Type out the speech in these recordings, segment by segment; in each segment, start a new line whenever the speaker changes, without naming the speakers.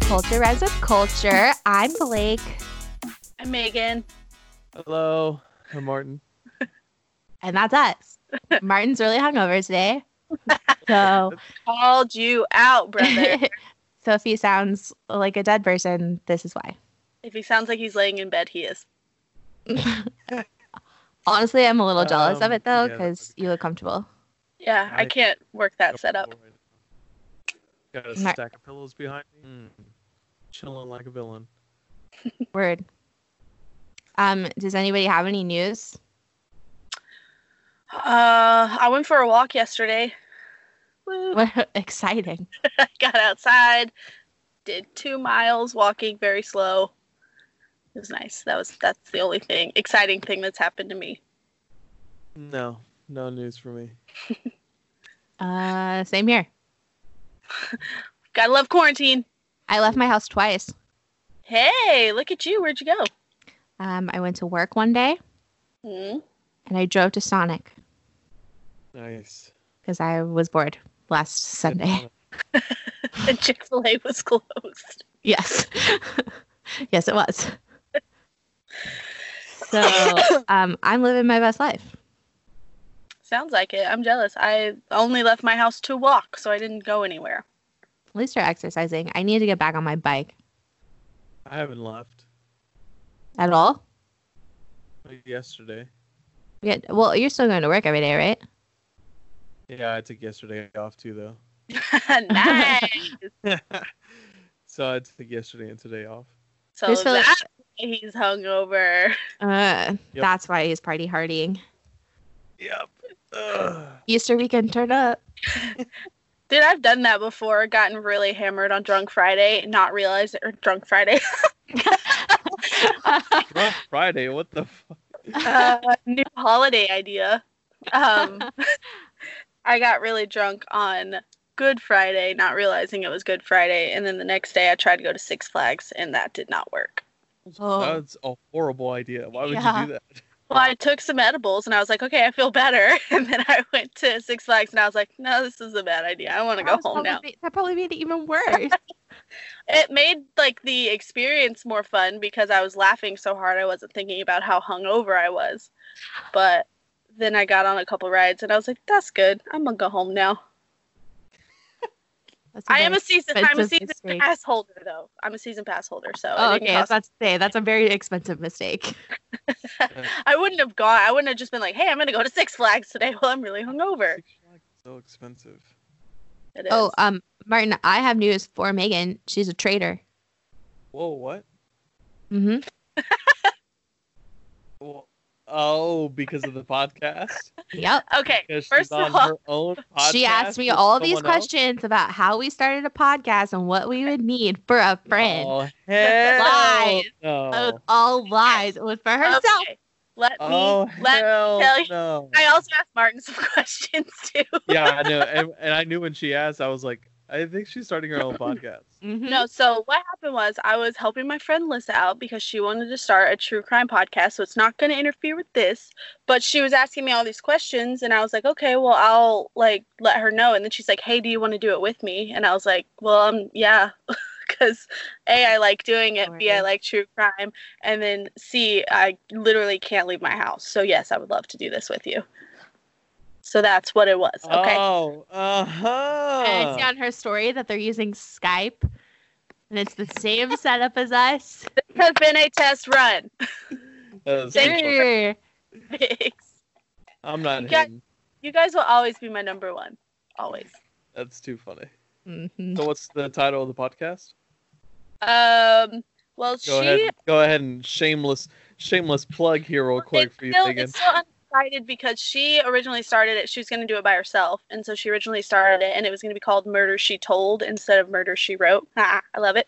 Culture Rhymes with Culture. I'm Blake.
I'm Megan.
Hello, I'm Martin.
And that's us. Martin's really hungover today. So
Called you out, brother.
so if he sounds like a dead person, this is why.
if he sounds like he's laying in bed, he is.
Honestly, I'm a little jealous of
Um,
it though,
yeah, that's
because you look comfortable.
Yeah, I
I-
can't work that setup.
Oh, Got a
Mar-
stack of pillows behind me. Mm. Chilling like a villain.
Word. Um, does anybody have any news?
Uh, I went for a walk yesterday. Woo.
What exciting.
I got outside, did two miles walking very slow. It was nice. That was that's the only thing exciting thing that's happened to me.
No, no news for me.
Uh same here.
Gotta love quarantine.
I left my house twice.
Hey, look at you. Where'd you go?
Um, I went to work one day
Hmm.
and I drove to Sonic
Nice.
because I was bored last Sunday.
Uh,
And Chick Fil A was closed.
Yes. yes, it was. So um, I'm living my best life.
Sounds like it. I'm jealous. I only left my house to walk, so I didn't go anywhere.
At least you're exercising. I need to get back on my bike
I haven't left
at all.
Like, yesterday.
Yeah. Well, you're still going to work every day, right?
Yeah, I took yesterday off too though.
nice.
so I took yesterday and today off.
So
There's Philip.
that he's hungover.
Uh,
Yep.
That's why he's party hardying.
Yep. Ugh.
Easter weekend turn up.
Dude, I've done that before. Gotten really hammered on Drunk Friday, not realized or Drunk Friday,
Rough Friday. What the fuck?
uh, new holiday idea. Um, I got really drunk on Good Friday, not realizing it was Good Friday, and then the next day I tried to go to Six Flags, and that did not work.
oh,
That's a horrible idea. Why would
Yeah.
you do that?
Well, I took some edibles, and I was like, okay, I feel better. And then I went to Six Flags, and I was like, no, this is a bad idea. I want to
that
go
was
home
probably
now.
ma- that probably made it even worse.
it made like the experience more fun because I was laughing so hard I wasn't thinking about how hungover I was. But then I got on a couple rides and I was like, "That's good. I'm gonna go home now."
That's
I am
very
a season. I'm a
expensive
season
mistake.
pass holder though. I'm a season pass holder, so
Oh,
it didn't
okay. I was
cost-
about to say that's a very expensive mistake.
I wouldn't have gone. I wouldn't have just been like, "Hey, I'm gonna go to Six Flags today." Well, I'm really hungover.
Six Flags is so expensive.
It is.
Oh, um, Martin, I have news for Megan. She's a traitor.
Whoa, what?
Mm-hmm.
Well, oh, because of the podcast?
Yep.
okay.
Because
First
she's on
of all,
her own podcast.
she asked me
with
all these
someone else?
questions about how we started a podcast and what we would need for a friend.
Oh, Oh. hell
Lies.
no.
It was all lies. It was for herself.
okay, let me.
oh,
let
hell
tell you-
no.
I also asked Martin some questions too.
yeah, I know. And, and I knew when she asked, I was like, I think she's starting her own podcast.
Mhm.
No, so what happened was I was helping my friend Lissa out because she wanted to start a true crime podcast, so it's not going to interfere with this. But she was asking me all these questions, and I was like, okay, well, I'll like let her know. And then she's like, hey, do you want to do it with me? And I was like, well, um, yeah, because a I like doing it, b I
Right.
like true crime, and then c I literally can't leave my house. So yes, I would love to do this with you. So that's what it was. Okay.
Oh, uh-huh.
And I see on her story that they're using Skype, and it's the same setup as us.
This has been a test run.
That was
Thank
cool.
Sure.
Thanks.
I'm not
You got-
hidden.
You guys will always be my number one. Always.
That's too funny.
Mhm.
So what's the title of the podcast?
Um. Well,
Go
she
ahead. Go ahead and shameless shameless plug here real quick
it's
for you,
still,
Megan.
It's still undecided because she originally started it. She was going to do it by herself, and so she originally started it, and it was going to be called "Murder She Told" instead of "Murder She Wrote." Ah, I love it.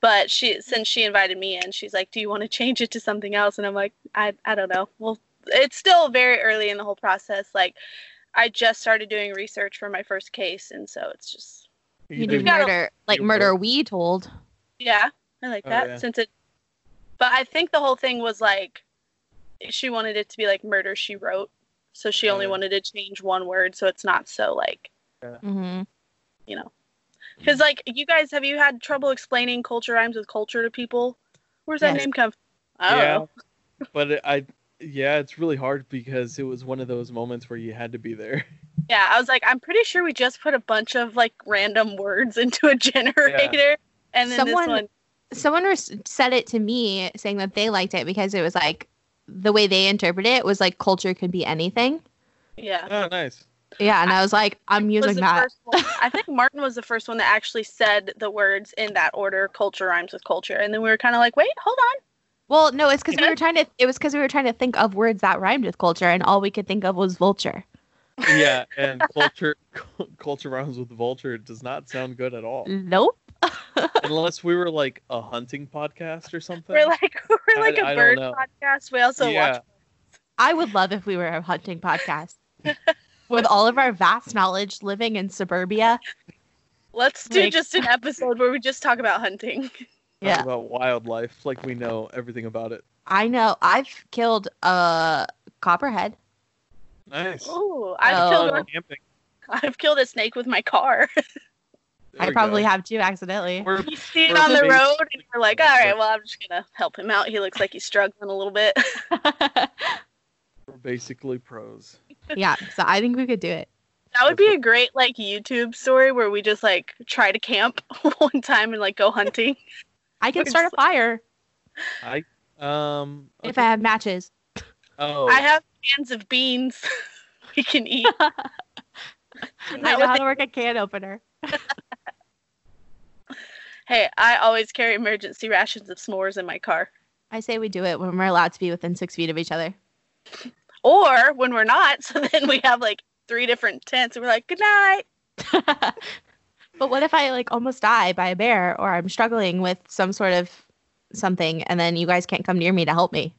But she, since she invited me in, she's like, "Do you want to change it to something else?" And I'm like, "I, I don't know. Well, it's still very early in the whole process. Like, I just started doing research for my first case, and so it's just,
You
do-
did
got a-
murder, like
you
murder
wrote.
we told.
yeah, I like
Oh,
that
yeah.
since it. But I think the whole thing was like, she wanted it to be like "Murder She Wrote." So
Oh.
she only
Yeah.
wanted to change one word so it's not so like,
Mm-hmm.
you know. Because like you guys, have you had trouble explaining culture rhymes with culture to people? Where's that
Yes.
name come? from? I don't know.
But it, I, yeah, it's really hard because it was one of those moments where you had to be there.
Yeah, I was like, I'm pretty sure we just put a bunch of like random words into a generator, and then
Someone-
this one.
someone res- said it to me saying that they liked it because it was like the way they interpret it was like culture could be anything.
Yeah.
Oh, nice.
Yeah, and I was like, I'm
Was
using
the
that.
first one- I think Martin was the first one that actually said the words in that order. Culture rhymes with culture, and then we were kind of like, wait, hold on.
Well, no, it's because we
Yeah.
were trying to. It was because we were trying to think of words that rhymed with culture, and all we could think of was vulture.
Yeah, and culture, cul- culture rhymes with vulture does not sound good at all.
Mm.
Nope.
Unless we were like a hunting podcast or something.
We're like, we're
I-
like a
I don't
bird
know.
podcast. We also
yeah,
watch.
I would love if we were a hunting podcast. With all of our vast knowledge living in suburbia,
Let's do
Like-
just an episode where we just talk about hunting.
talk
yeah,
about wildlife, like we know everything about it.
I know. I've killed a copperhead.
Nice.
Oh, I've
Oh.
killed
Fun
one-
camping.
I've killed a snake with my car.
There
I
we
probably
go.
have too accidentally.
We're
You see it
We're
on the
basically-
road, and we're like, all right, well, I'm just gonna help him out. He looks like he's struggling a little bit.
we're basically pros.
yeah, so I think we could do it.
That would be a great like YouTube story where we just like try to camp one time and like go hunting.
I can
We're
start
just-
a fire
Um.
if I have matches.
oh,
I have cans of beans we can eat.
I know how to work a can opener.
Hey, I always carry emergency rations of s'mores in my car.
I say we do it when we're allowed to be within six feet of each other.
Or when we're not, so then we have like three different tents and we're like, good night.
but what if I like almost die by a bear or I'm struggling with some sort of something and then you guys can't come near me to help me?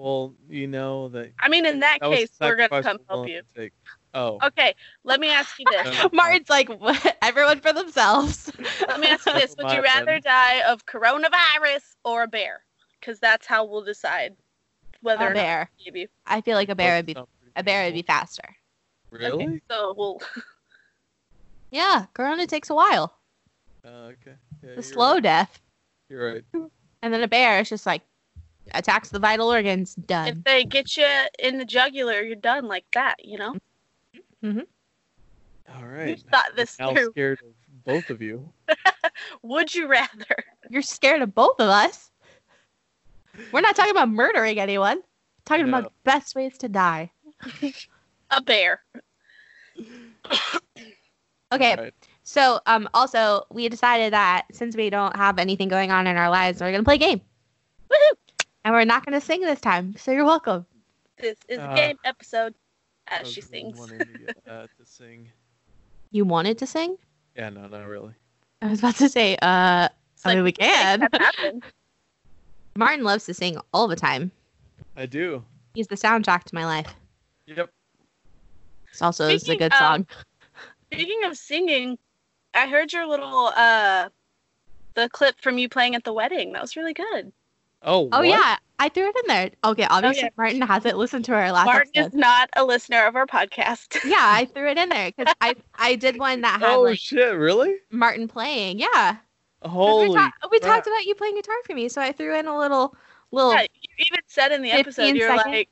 Well, you know that.
I mean, in that,
that was
case,
the
we're gonna
sacrifice
come
we're
help
willing
you.
to take. Oh.
Okay, let me ask you this.
no, no.
Martin's like, everyone for themselves.
let me ask you this: Would
My
you rather
opinion.
die of coronavirus or a bear? Because that's how we'll decide whether
A
or not
bear.
we give you.
I feel like a bear
Those
would be
sound pretty
a bear would be faster.
reasonable. Really?
So we'll
Yeah, corona takes a while.
Uh, okay. Yeah,
The
you're
slow
Right.
death.
You're right.
And then a bear is just like attacks the vital organs,
if
done.
they get you in the jugular, you're done like that, you
Mm.
know?
All right.
thought this
now
through.
scared of both of you.
Would you rather?
You're scared of both of us. We're not talking about murdering anyone. Talking
No.
about best ways to die.
A bear.
Okay,
All right.
So, um, also, we decided that since we don't have anything going on in our lives, we're gonna play a game,
Woohoo!
and we're not gonna sing this time. So you're welcome.
This is a
Uh,
game episode
I
as she
was
sings.
wanting to get, uh, to sing.
You wanted to sing?
Yeah, no, not really.
I was about to say, uh,
It's
I mean, we
you can make
can.
that happen.
Martin loves to sing all the time.
I do.
He's the soundtrack to my life.
Yep.
It's also this is a
Speaking
good
of-
song.
Speaking of singing, I heard your little uh the clip from you playing at the wedding. That was really good.
Oh.
Oh
what?
yeah, I threw it in there. Okay, obviously
yeah.
Martin hasn't listened to our last
Martin
episode.
is not a listener of our podcast.
Yeah, I threw it in there because I I did one that had
Oh
like
shit! Really?
Martin playing. Yeah. 'Cause
Holy.
we, ta- we
crap.
talked about you playing guitar for me, so I threw in a little little
Yeah, you even said in the episode
15
you're
seconds.
like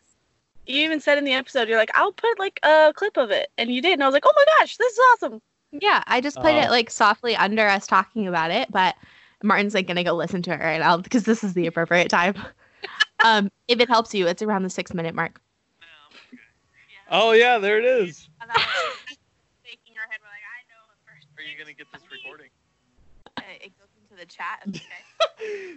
you even said in the episode you're like I'll put like a clip of it and you did and I was like oh my gosh this is awesome
Yeah, I just played it
Oh.
like softly under us talking about it, but Martin's like gonna go listen to it right now because this is the appropriate time. um, if it helps you, it's around the six minute mark.
Oh yeah, there it is.
shaking her head like I know the first
get this recording?
It goes into the chat.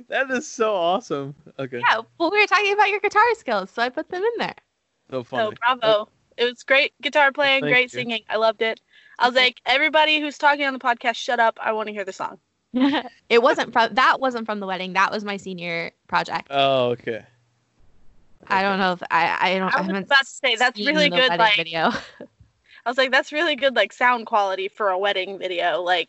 that is so awesome. Okay.
yeah, well, we were talking about your guitar skills, so I put them in there.
So
so
funny.
bravo it was great guitar playing
Thank
great
you.
singing I loved it I was
Okay.
like everybody who's talking on the podcast shut up I want to hear the song
it wasn't from that wasn't from the wedding. That was my senior project.
Oh okay.
I don't know if I I don't I
I was
haven't
about to say that's
seen
really
the
good
wedding
like
video.
I was like that's really good like sound quality for a wedding video like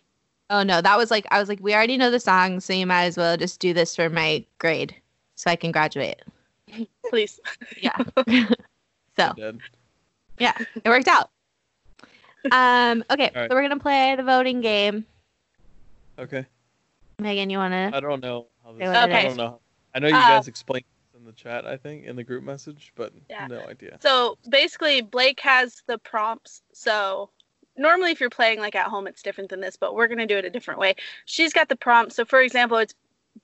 Oh no, that was like I was like we already know the song, so you might as well just do this for my grade so I can graduate.
please
Yeah. so
Dead.
it worked out. Um, okay,
All right.
so we're gonna play the voting game.
Okay.
Megan, you want to?
I don't know how this.
Say
I
what it
Okay.
don't know. I know you
Uh,
guys explained this in the chat. I think in the group message, but
Yeah.
no idea.
So basically, Blake has the prompts. So normally, if you're playing like at home, it's different than this, but we're gonna do it a different way. She's got the prompts. So for example, it's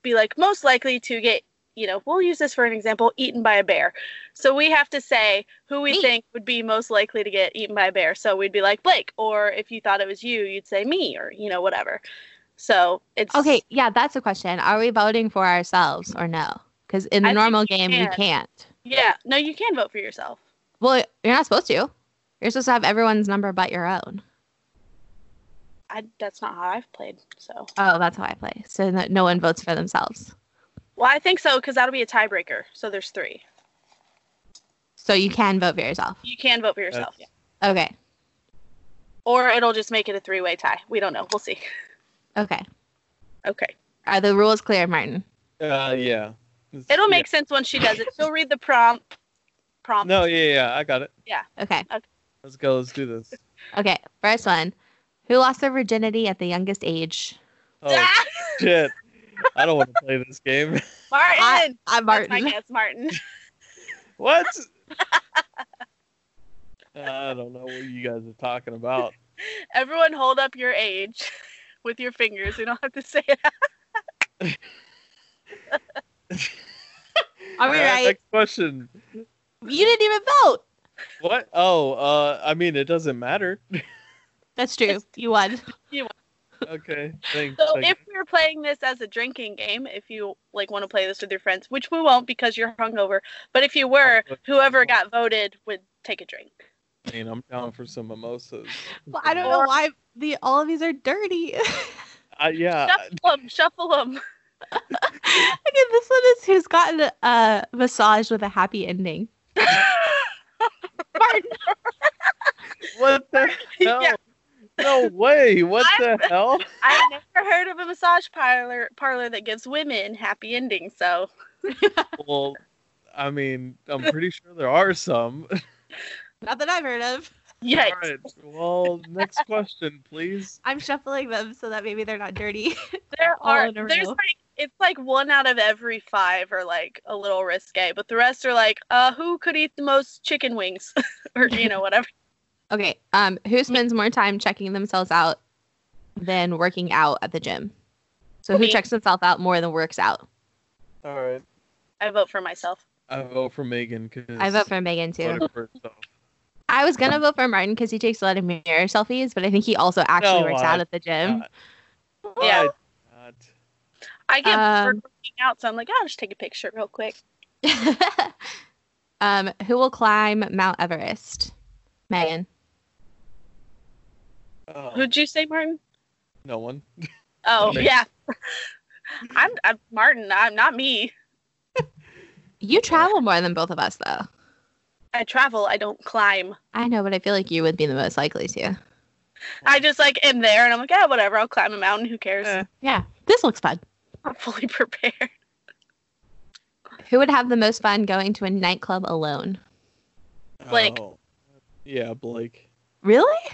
be like most likely to get, you know, we'll use this for an example, eaten by a bear. So we have to say who we
Me.
think would be most likely to get eaten by a bear. So we'd be like Blake, or if you thought it was you, you'd say me, or you know, whatever. So it's
Okay, yeah, that's a question. Are we voting for ourselves or no? Because in the
I think
normal
you
game, you
can.
can't.
Yeah, no, you can vote for yourself.
Well, you're not supposed to. You're supposed to have everyone's number but your own.
I, that's not how I've played. So
Oh, that's how I play. So that no one votes for themselves.
well, I think so because that'll be a tiebreaker. So there's three.
So you can vote for yourself.
You can vote for yourself.
That's-
Okay.
Or it'll just make it a three way tie. We don't know. We'll see.
Okay.
Okay.
Are the rules clear, Martin?
Uh, yeah. It's-
It'll
yeah.
make sense when she does it. She'll read the prompt. Prompt.
No, yeah, yeah, I got it.
Okay.
Let's go. Let's do this.
Okay. First one. Who lost their virginity at the youngest age?
Oh shit! I don't want to play this game.
Martin.
I'm
That's my
Martin.
guess, Martin.
What? I don't know what you guys are talking about.
Everyone hold up your age with your fingers. We don't have to say it.
Are we
All
right?
Next question.
You didn't even vote.
What? Oh, uh, I mean, it doesn't matter.
That's true. You won.
Okay, thanks.
So
I
if we are playing this as a drinking game, if you like want to play this with your friends, which we won't because you're hungover, but if you were, whoever got voted would take a drink.
mean, I'm down for some mimosas.
Well, I don't know why the all of these are dirty.
Uh, yeah,
Shuffle them, shuffle them.
okay, this one is who's gotten a uh, massage with a happy ending. Martin,
what the hell?
Yeah.
No way! What the hell?
I've never heard of a massage parlor parlor that gives women happy endings. So
Well, I mean, I'm pretty sure there are some.
not that I've heard of.
yikes.
All right. Well, next question, please.
I'm shuffling them so that maybe they're not dirty.
There
All
are
in a
there's
row.
like it's like one out of every five are like a little risque, but the rest are like, uh, who could eat the most chicken wings, or you know whatever.
okay, um, who spends more time checking themselves out than working out at the gym? So who
Me.
checks themselves out more than works out?
All right.
I vote for myself.
I vote for Megan because
I vote for Megan too.
voted for herself.
I was gonna vote for Martin because he takes a lot of mirror selfies, but I think he also actually
No,
works
I-
out at the gym.
Yeah.
I- not.
I get bored
Um,
working out, so I'm like, I'll just take a picture real quick.
um, who will climb Mount Everest? Megan.
Oh,
Who'd you say, Martin?
no one.
Oh
Me.
yeah, I'm, I'm Martin. I'm not me.
You travel more than both of us, though.
I travel. I don't climb.
I know, but I feel like you would be the most likely to.
I just like am there, and I'm like, yeah, whatever. I'll climb a mountain. Who
Uh,
cares?
Eh.
Yeah, this looks fun.
I'm fully prepared.
Who would have the most fun going to a nightclub alone?
Blake.
Oh. Yeah, Blake.
Really?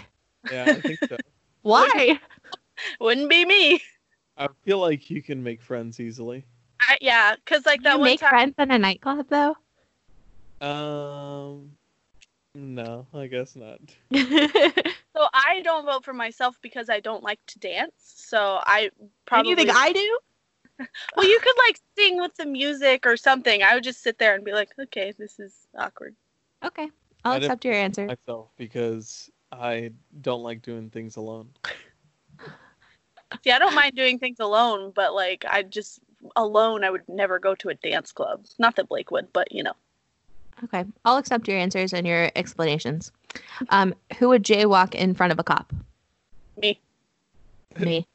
Yeah, I think so.
Why?
Wouldn't be me.
I feel like you can make friends easily.
I, yeah, because like that
you
one
make
time.
friends in a nightclub, though.
Um, no, I guess not.
Probably.
So I don't vote for myself because I don't like to dance. So I probably.
you think I do?
Well, you could like sing with the music or something. I would just sit there and be like, okay, this is awkward.
Okay, I'll
I didn't-
accept your answer.
Myself because I don't like doing things alone.
See, I don't mind doing things alone, but like I just alone, I would never go to a dance club. Not that Blake would, but you know.
Okay, I'll accept your answers and your explanations. Um, who would jaywalk in front of a cop?
Me.
Me.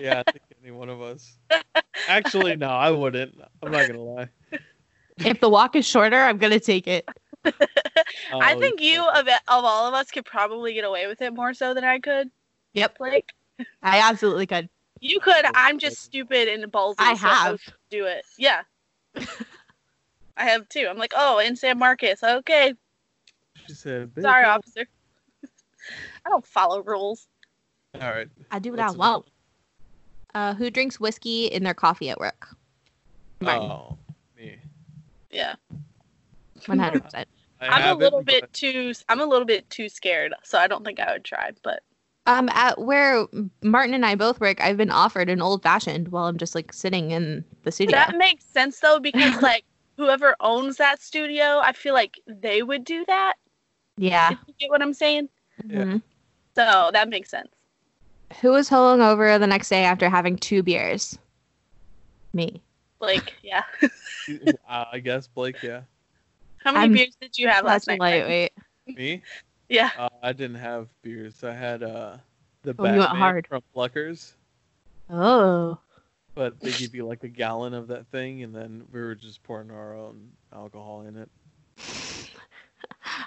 Yeah, I think any one of us. Actually, no, I wouldn't. I'm not gonna lie.
if the walk is shorter, I'm gonna take it.
I
Oh,
think you of of all of us could probably get away with it more so than I could,
Yep,
Blake.
I absolutely could.
You could. I'm just stupid and ballsy.
I
so I
have.
would do it. Yeah. I have too. I'm like, oh, in San Marcos. Okay,
She said, "Bitch."
uh, sorry, officer. I don't follow rules.
All right.
I do what
That's
I
a-
want. Uh, who drinks whiskey in their coffee at work? Martin,
Oh, me.
Yeah.
one hundred percent.
I
I'm a
haven't,
little
but-
bit too I'm a little bit too scared, so I don't think I would try, but
Um, at where Martin and I both work, I've been offered an old fashioned while I'm just like sitting in the studio.
that makes sense though because like whoever owns that studio, I feel like they would do that.
yeah.
If you get what I'm saying?
Yeah.
Mhm.
So that makes sense.
Who was hungover the next day after having two beers? Me.
Like, yeah.
Uh, I guess Blake. Yeah,
How many
I'm-
beers did you have last
That's
night? Frank?
lightweight.
me.
Yeah.
Uh, I didn't have beers. I had uh, the
Oh, you went
Batman
hard.
from Pluckers,
Oh.
but they give you like a gallon of that thing, and then we were just pouring our own alcohol in it.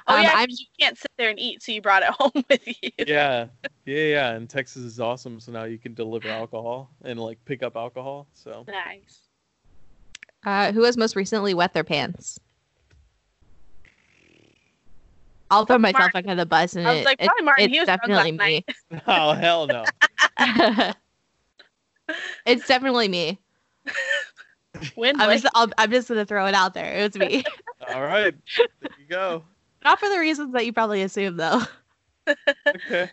Oh
Um,
yeah,
I'm-
'cause you can't sit there and eat, so you brought it home with you.
Yeah, yeah, yeah. And Texas is awesome, so now you can deliver alcohol and like pick up alcohol. So
Nice.
Uh, who has most recently wet their pants? I'll throw
Probably
myself
Martin.
under the bus, and
I was
it-
like,
it-
probably Martin. he
it's
was drunk last
definitely
night.
me.
oh hell no.
it's definitely me.
When
I'm
was
just, I'll, I'm just gonna throw it out there. It was me.
All right, there you go.
Not for the reasons that you probably assume, though.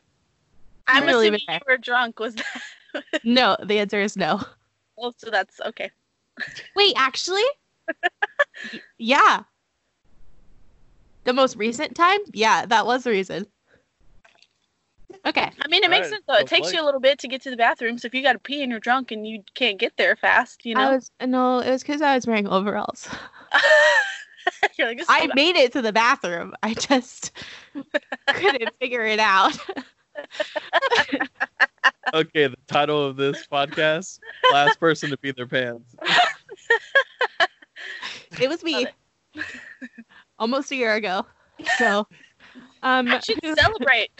Okay.
I'm
really
assuming
bad.
you were drunk. Was that?
No, the answer is no.
Oh, so that's okay.
Wait, actually, Y- yeah. The most recent time, yeah, that was the reason. Okay,
I mean, it makes
Alright,
sense though. It
sounds
takes you
like-
a little bit to get to the bathroom. So if you got to pee and you're drunk and you can't get there fast, you
I
know,
was no, it was because I was wearing overalls.
you're like, this
I
is
made it to the bathroom. I just couldn't figure it out.
Okay. The title of this podcast: Last person to pee their pants.
It was me almost a year ago. So, um,
I should
who,
celebrate.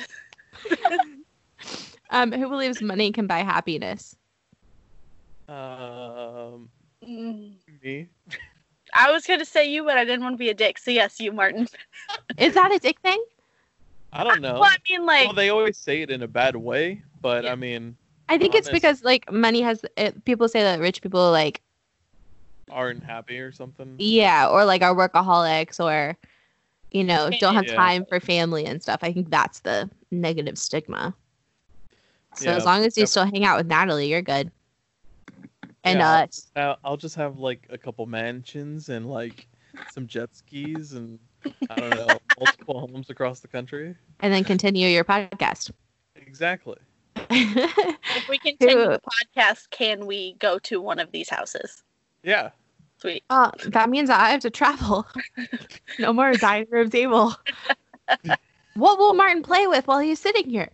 um, who believes money can buy happiness?
Um,
Mm.
me.
I was gonna say you, but I didn't want to be a dick. So yes, you, Martin.
Is that a dick thing?
I don't know.
Well, I mean, like,
well, they always say it in a bad way, but
Yeah.
I mean,
I think it's
Honest.
because like money has it, people say that rich people like
aren't happy or something.
yeah or like are workaholics or you know don't have
Yeah.
time for family and stuff. I think that's the negative stigma. So
Yeah,
as long as you
definitely.
still hang out with Natalie, you're good. And
Yeah,
uh,
I'll just, I'll, I'll just have like a couple mansions and like some jet skis and I don't know multiple homes across the country.
and then continue your podcast.
Exactly.
if we continue
Who-
the podcast, can we go to one of these houses?
Yeah.
Sweet.
Uh, that means I have to travel. no more dining room table. what will Martin play with while he's sitting here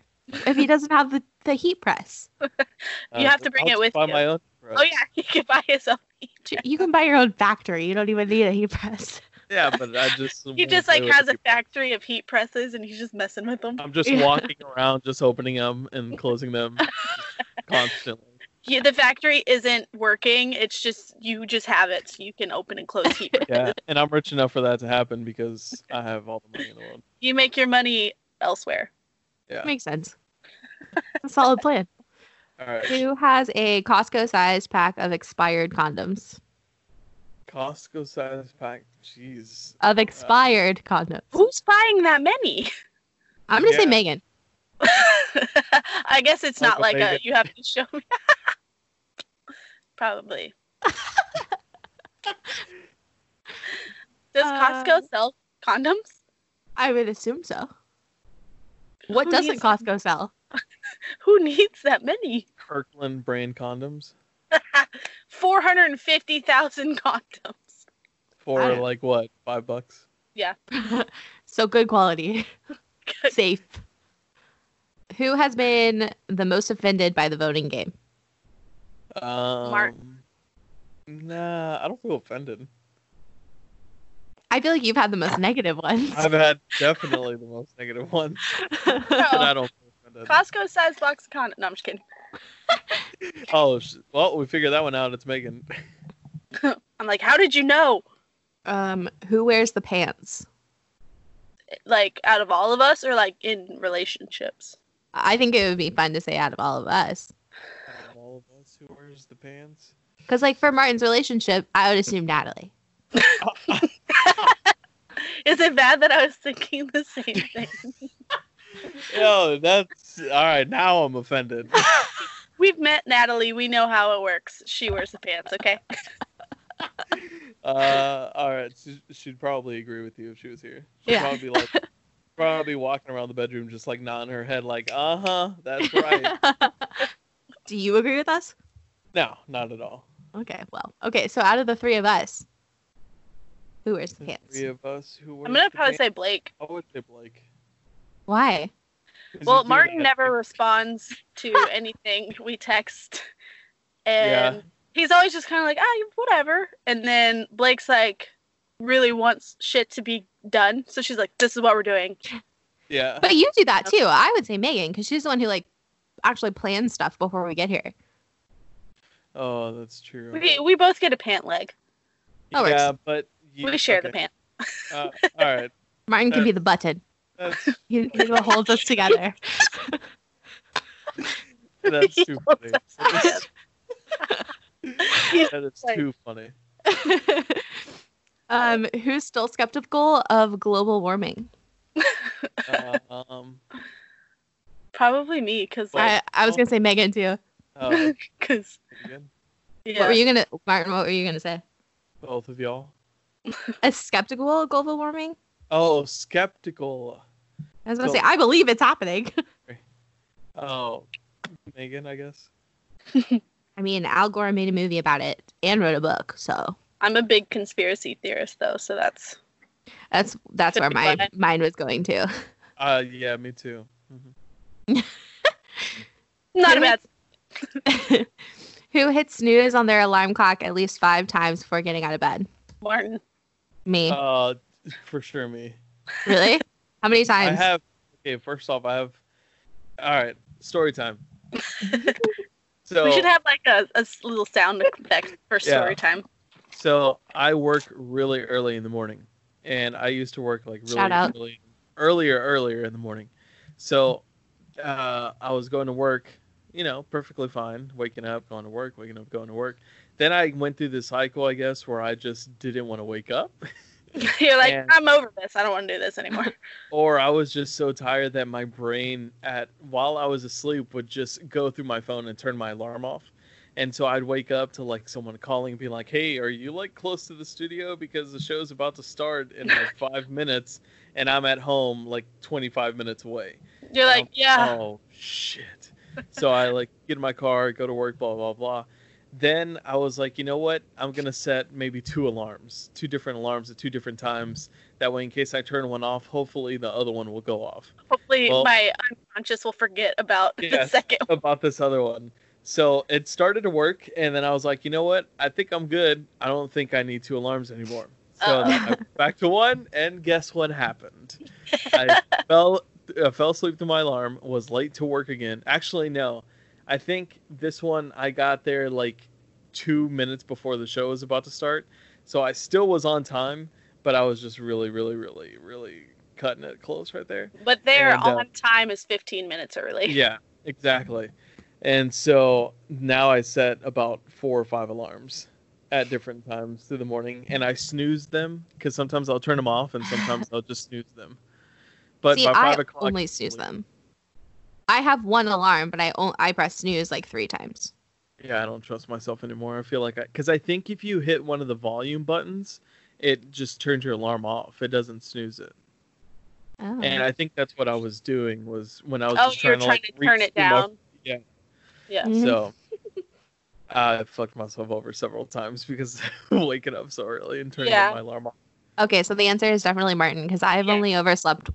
if he doesn't have the, the heat press?
You have to bring
Uh, I'll
it
just
with
buy
you.
my own.
Oh yeah, he could buy his own.
J- You can buy your own factory. You don't even need a heat press.
Yeah, but I just
He
won't
just
play
like
with
has a
people.
factory of heat presses, and he's just messing with them.
I'm just
Yeah.
walking around, just opening them and closing them constantly.
Yeah, the factory isn't working. It's just you just have it, so you can open and close heat.
Yeah, and I'm rich enough for that to happen because I have all the money in the world.
you make your money elsewhere.
Yeah.
Makes sense. a solid plan.
All right.
Who has a Costco sized pack of expired condoms?
Costco size pack. Jeez.
Of expired condoms.
Who's buying that many?
I'm going to say
Yeah.
Megan.
I guess it's
I'll
not
go
like
make
a
it.
you have to show me. Probably. Does
Uh,
Costco sell condoms?
I would assume so. What
Who
doesn't
needs-
Costco sell?
Who needs that many?
Kirkland brand condoms
450,000 condoms.
for
I don't-
like what? Five bucks.
so good quality. Safe. Who has been the most offended by the voting game?
Um,
Mark.
Nah, I don't feel offended.
I feel like you've had the most negative ones.
I've had definitely the most negative ones, but
Bro,
I don't feel offended.
Costco size box of condoms. No, I'm just kidding.
oh, sh- well, we figured that one out. It's Megan.
I'm like, how did you know?
um, who wears the pants?
Like, out of all of us or like in relationships?
I think it would be fun to say out of all of us.
All of us, who wears the pants?
Because like for Martin's relationship, I would assume Natalie.
Is it bad that I was thinking the same thing?
Yo, that's all right. Now I'm offended.
We've met Natalie. We know how it works. She wears the pants, okay?
Uh, all right, she, she'd probably agree with you if she was here. She'd
Yeah.
probably be like, probably walking around the bedroom just like nodding her head, like, uh huh, that's right.
Do you agree with us?
no, not at all.
Okay, well, okay. So out of the three of us, who wears the
The
pants?
Three of us who.
I'm gonna
wears the
probably
pants?
say Blake.
I would say Blake.
Why?
'Cause
Well,
he's doing
Martin
that
never
thing.
responds to anything we text, and he's always just kind of like, ah, whatever. And then Blake's like, really wants shit to be done, so she's like, this is what we're doing.
Yeah.
But you do that too. I would say Megan because she's the one who like actually plans stuff before we get here.
Oh, that's true.
We we both get a pant leg.
That works.
yeah, but you,
we share the
okay.
pant.
Uh, all right,
Martin can be the button.
that's
He, he will hold us together.
that's
He
too funny.
holds us He's
that is
like-
too funny.
um, who's still skeptical of global warming?
Uh, um,
Probably me, cause
Well-
I, I was gonna say Megan too.
oh,
cause
again,
yeah.
What were you gonna, Martin? What were you gonna say?
both of y'all.
A skeptical of global warming?
Oh, skeptical.
I was gonna
So-
say I believe it's happening.
Oh, Megan, I guess.
I mean, Al Gore made a movie about it and wrote a book, so
I'm a big conspiracy theorist though, so that's
that's that's where my mind was going to.
Uh, yeah, me too. Mhm.
not
Who
a bad.
Who hits snooze on their alarm clock at least five times before getting out of bed?
Martin.
Me.
Uh, for sure, me.
really? How many
I
times?
have. Okay, first off, I have. All right, story time. so
we should have like a, a s- little sound effect for
Yeah.
story time.
So I work really early in the morning, and I used to work like really
Shout out.
early, earlier, earlier in the morning. So uh, I was going to work, you know, perfectly fine, waking up, going to work, waking up, going to work. Then I went through the cycle, I guess, where I just didn't want to wake up,
You're like,
And-
I'm over this. I don't want to do this anymore.
or I was just so tired that my brain, at while I was asleep, would just go through my phone and turn my alarm off. And so I'd wake up to like someone calling and be like, "Hey, are you like close to the studio because the show's about to start in like 5 minutes and I'm at home like 25 minutes away."
You're
Um,
like, yeah.
Oh shit. So I like get in my car, go to work, blah blah blah. Then I was like, you know what? I'm gonna set maybe two alarms, two different alarms at two different times. That way, in case I turn one off, hopefully the other one will go off
Hopefully,
well-
my unconscious will forget about the
Yes.
second.
about this other one. So it started to work, and then I was like, you know what? I think I'm good. I don't think I need two alarms anymore. So
Uh-oh.
then I went back to one, and guess what happened? I fell, I fell asleep to my alarm. Was late to work again. Actually, no. I think this one I got there like two minutes before the show was about to start, so I still was on time, but I was just really, really, really, really cutting it close right there.
But their
And, uh,
on time is 15 minutes early.
Yeah, exactly. And so now I set about four or five alarms at different times through the morning, and I snooze them because sometimes I'll turn them off, and sometimes I'll just snooze them. But
See,
by
I
five o'clock,
only snooze them. I have one alarm, but I on- I press snooze like three times.
Yeah, I don't trust myself anymore. I feel like I because I think if you hit one of the volume buttons, it just turns your alarm off. It doesn't snooze it,
Oh.
and I think that's what I was doing was when I was
Oh,
just
you're
trying to,
trying
like,
to
reach
turn it
through my
down.
yeah.
Yeah.
Mhm.
So I fucked myself over several times because waking up so early and turning
Yeah.
my alarm off.
Oh. Okay, so the answer is definitely Martin because I've
Yeah.
only overslept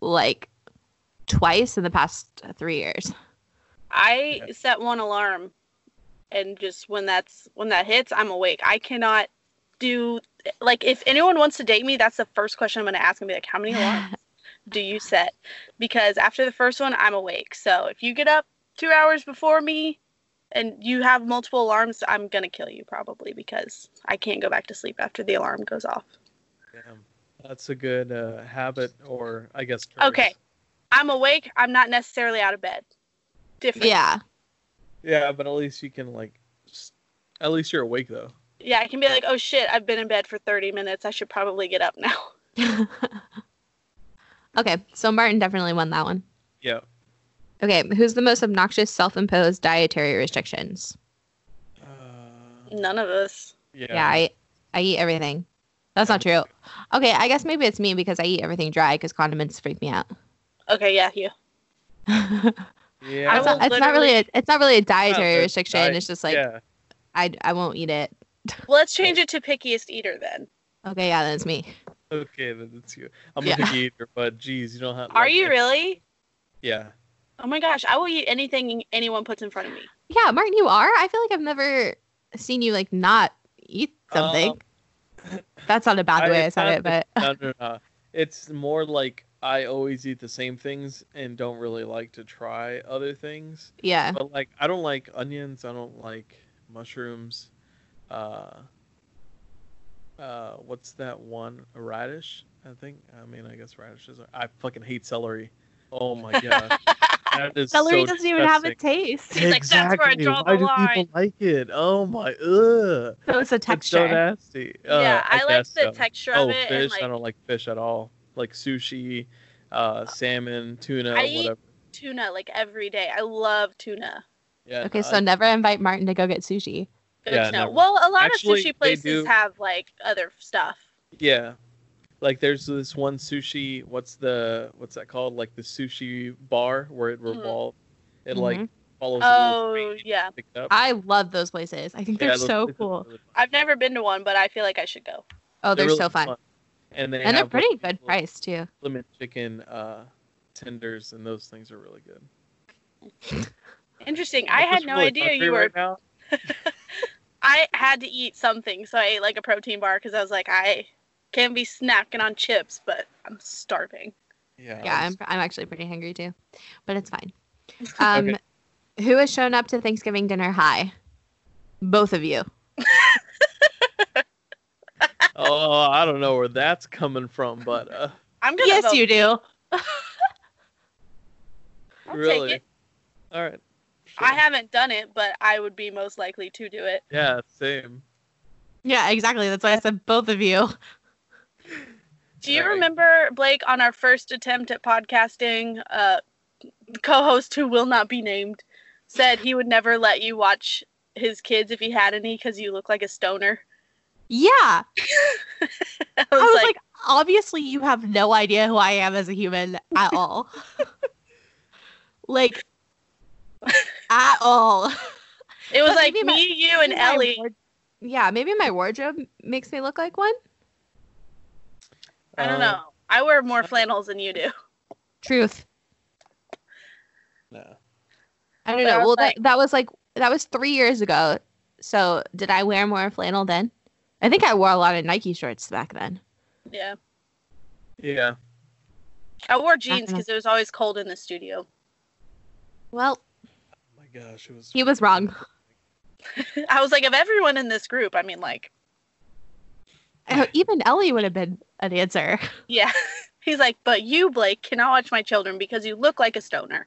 like twice in the past three years.
I
Yeah.
set one alarm, and just when that's when that hits, I'm awake. I cannot do like if anyone wants to date me, that's the first question I'm gonna ask and be like, how many alarms do you set? Because after the first one, I'm awake. So if you get up two hours before me, and you have multiple alarms, I'm gonna kill you probably because I can't go back to sleep after the alarm goes off.
Damn. That's a good uh, habit, or I guess. curse.
Okay. I'm awake. I'm not necessarily out of bed. Different.
Yeah.
Yeah, but at least you can like, s- at least you're awake though.
Yeah, I can be like, oh shit, I've been in bed for 30 minutes. I should probably get up now.
okay, so Martin definitely won that one.
Yeah.
Okay, who's the most obnoxious self imposed dietary restrictions?
Uh,
None of us.
yeah.
Yeah, I, I eat everything. That's not true. Okay, I guess maybe it's me because I eat everything dry because condiments freak me out.
Okay, yeah, you.
yeah.
I
it's, not,
will
it's not really a, it's not really a dietary
a
restriction.
diet-
It's just like
yeah.
I I won't eat it.
Well, let's change it to pickiest eater then.
Okay, yeah, that's me.
Okay, then it's you. I'm
Yeah.
a picky eater, but geez, you don't have.
Are
like,
you
if-
really?
Yeah.
Oh my gosh, I will eat anything anyone puts in front of me.
Yeah, Martin, you are. I feel like I've never seen you like not eat something. That's not a bad
Um, I-
way I
it's
said
not
it, but
no, no, no. It's more like I always eat the same things and don't really like to try other things.
yeah.
But like, I don't like onions. I don't like mushrooms. Uh, uh, what's that one? A radish? I think. I mean, I guess radishes are. I fucking hate celery. Oh my god. that is
Celery
so
doesn't even have a
disgusting.
taste.
He's like, "That's where I draw the
Why do
line."
people like it? Oh my, ugh.
So it's a
It's so
texture.
nasty.
yeah,
Ugh,
I, like
Uh, guess
the
so.
texture
Oh,
of it.
fish! I
and like
don't like fish at all. Like sushi, uh, salmon, tuna,
I eat-
whatever.
tuna like every day. I love tuna.
Yeah.
Okay, so
I-
never invite Martin to go get sushi.
Good
Yeah,
to know.
never.
Well, a lot
Actually,
of
they
sushi places
do-
have like other stuff.
yeah, like there's this one sushi. What's the what's that called? Like the sushi bar where it
Mhm.
Mm-hmm.
revolves. It
Mhm.
like follows.
Oh,
the little train
yeah.
you picked up.
I love those places. I think
Yeah,
they're
those
so
places are
cool.
really fun.
I've never been to one, but I feel like I should go.
Oh, they're,
really
so fun.
And they
And they're
have,
pretty
like,
good
little
price too.
Lemon chicken uh, tenders and those things are really good.
Interesting. I
I'm
had
just
no
really
idea
hungry
you were.
right now.
I had to eat something, so I ate like a protein bar because I was like, I can be snacking on chips, but I'm starving.
Yeah.
Yeah,
I'm
I'm I'm actually pretty hungry too. But it's fine. Um
Okay.
who has shown up to Thanksgiving dinner high? Both of you.
oh, I don't know where that's coming from, but uh,
I'm gonna
Yes,
vote.
you do.
I'll take
really.
it.
All right.
I
sure.
haven't done it, but I would be most likely to do it.
Yeah, same.
Yeah, exactly. That's why I said both of you.
Do you
Right.
remember Blake on our first attempt at podcasting? Uh, co-host who will not be named said he would never let you watch his kids if he had any because you look like a stoner.
Yeah.
I
I
was,
was like,
like,
obviously you have no idea who I am as a human at all. like at all.
it was
but
like me,
maybe my-
you, and
Maybe my
Ellie.
ward- yeah, maybe my wardrobe makes me look like one.
I don't
Uh,
know. I wear more flannels than you do.
Truth.
No.
I don't
But I
know.
was
Well,
like-
that that was like that was three years ago. So did I wear more flannel then? I think I wore a lot of Nike shorts back then.
Yeah.
Yeah.
I wore jeans
know.
because it was always cold in the studio.
Well,
Oh my gosh, it was.
he was wrong.
I was like, of everyone in this group, I mean, like,
Oh, Even Ellie would have been an answer.
yeah. He's like, but you, Blake, cannot watch my children because you look like a stoner.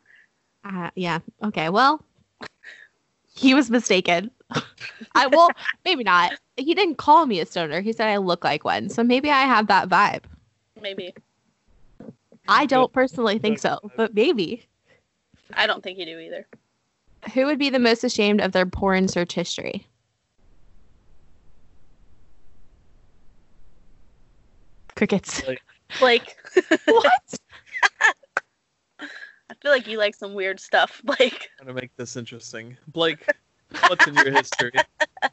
Uh, yeah. Okay. Well, he was mistaken. I well, maybe not. He didn't call me a stoner. He said I look like one. So maybe I have that vibe.
Maybe.
I don't personally think so, but maybe.
I don't think you do either.
Who would be the most ashamed of their porn search history? Crickets.
Blake,
what?
I feel like you like some weird stuff, Blake.
I'm gonna make this interesting. Blake, what's in your history?